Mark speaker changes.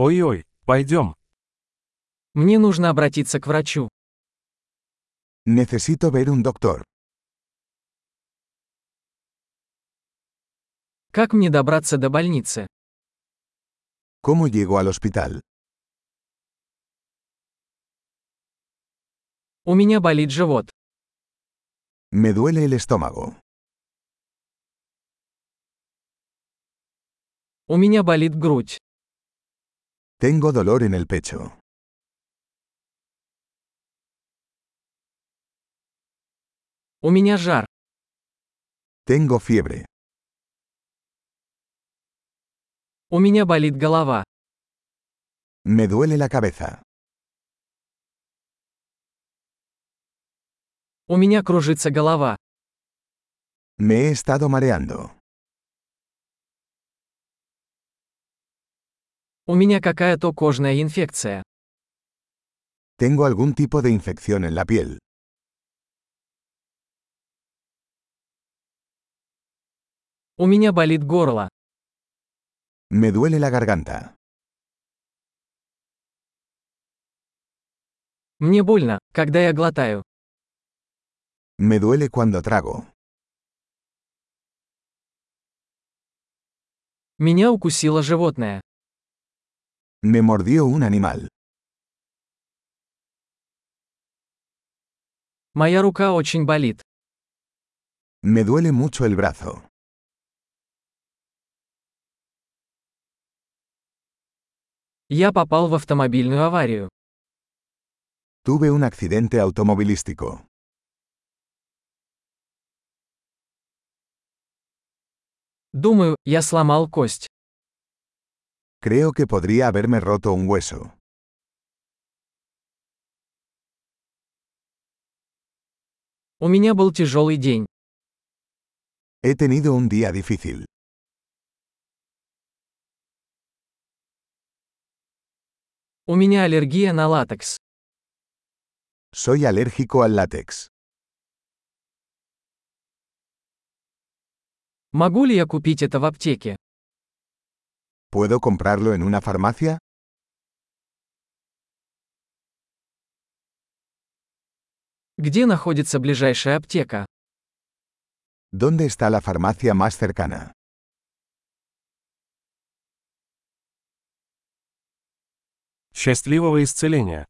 Speaker 1: Ой-ой, пойдем.
Speaker 2: Мне нужно обратиться к врачу.
Speaker 3: Necesito ver un doctor.
Speaker 2: Как мне добраться до больницы?
Speaker 3: ¿Cómo llego al hospital?
Speaker 2: У меня болит живот.
Speaker 3: Me duele el estómago.
Speaker 2: У меня болит грудь.
Speaker 3: Tengo dolor en el pecho.
Speaker 2: У меня жар.
Speaker 3: Tengo fiebre.
Speaker 2: У меня болит голова.
Speaker 3: Me duele la cabeza.
Speaker 2: У меня кружится голова.
Speaker 3: Me he estado mareando.
Speaker 2: У меня какая-то кожная инфекция.
Speaker 3: Tengo algún tipo de infección en la piel.
Speaker 2: У меня болит горло.
Speaker 3: Me duele la garganta.
Speaker 2: Мне больно, когда я глотаю.
Speaker 3: Me duele cuando trago.
Speaker 2: Меня укусило животное.
Speaker 3: Me mordió un animal.
Speaker 2: Моя рука очень болит.
Speaker 3: Me duele mucho el brazo.
Speaker 2: Я попал в автомобильную аварию.
Speaker 3: Tuve un accidente automovilístico.
Speaker 2: Думаю, я сломал кость.
Speaker 3: Creo que podría haberme roto un hueso.
Speaker 2: У меня был тяжелый день.
Speaker 3: He tenido un día difícil.
Speaker 2: У меня аллергия на латекс.
Speaker 3: Soy alérgico al látex.
Speaker 2: Могу ли я купить это в аптеке?
Speaker 3: ¿Puedo comprarlo en una farmacia?
Speaker 2: Где находится ближайшая аптека?
Speaker 3: ¿Dónde está la farmacia más cercana?
Speaker 1: Счастливого исцеления!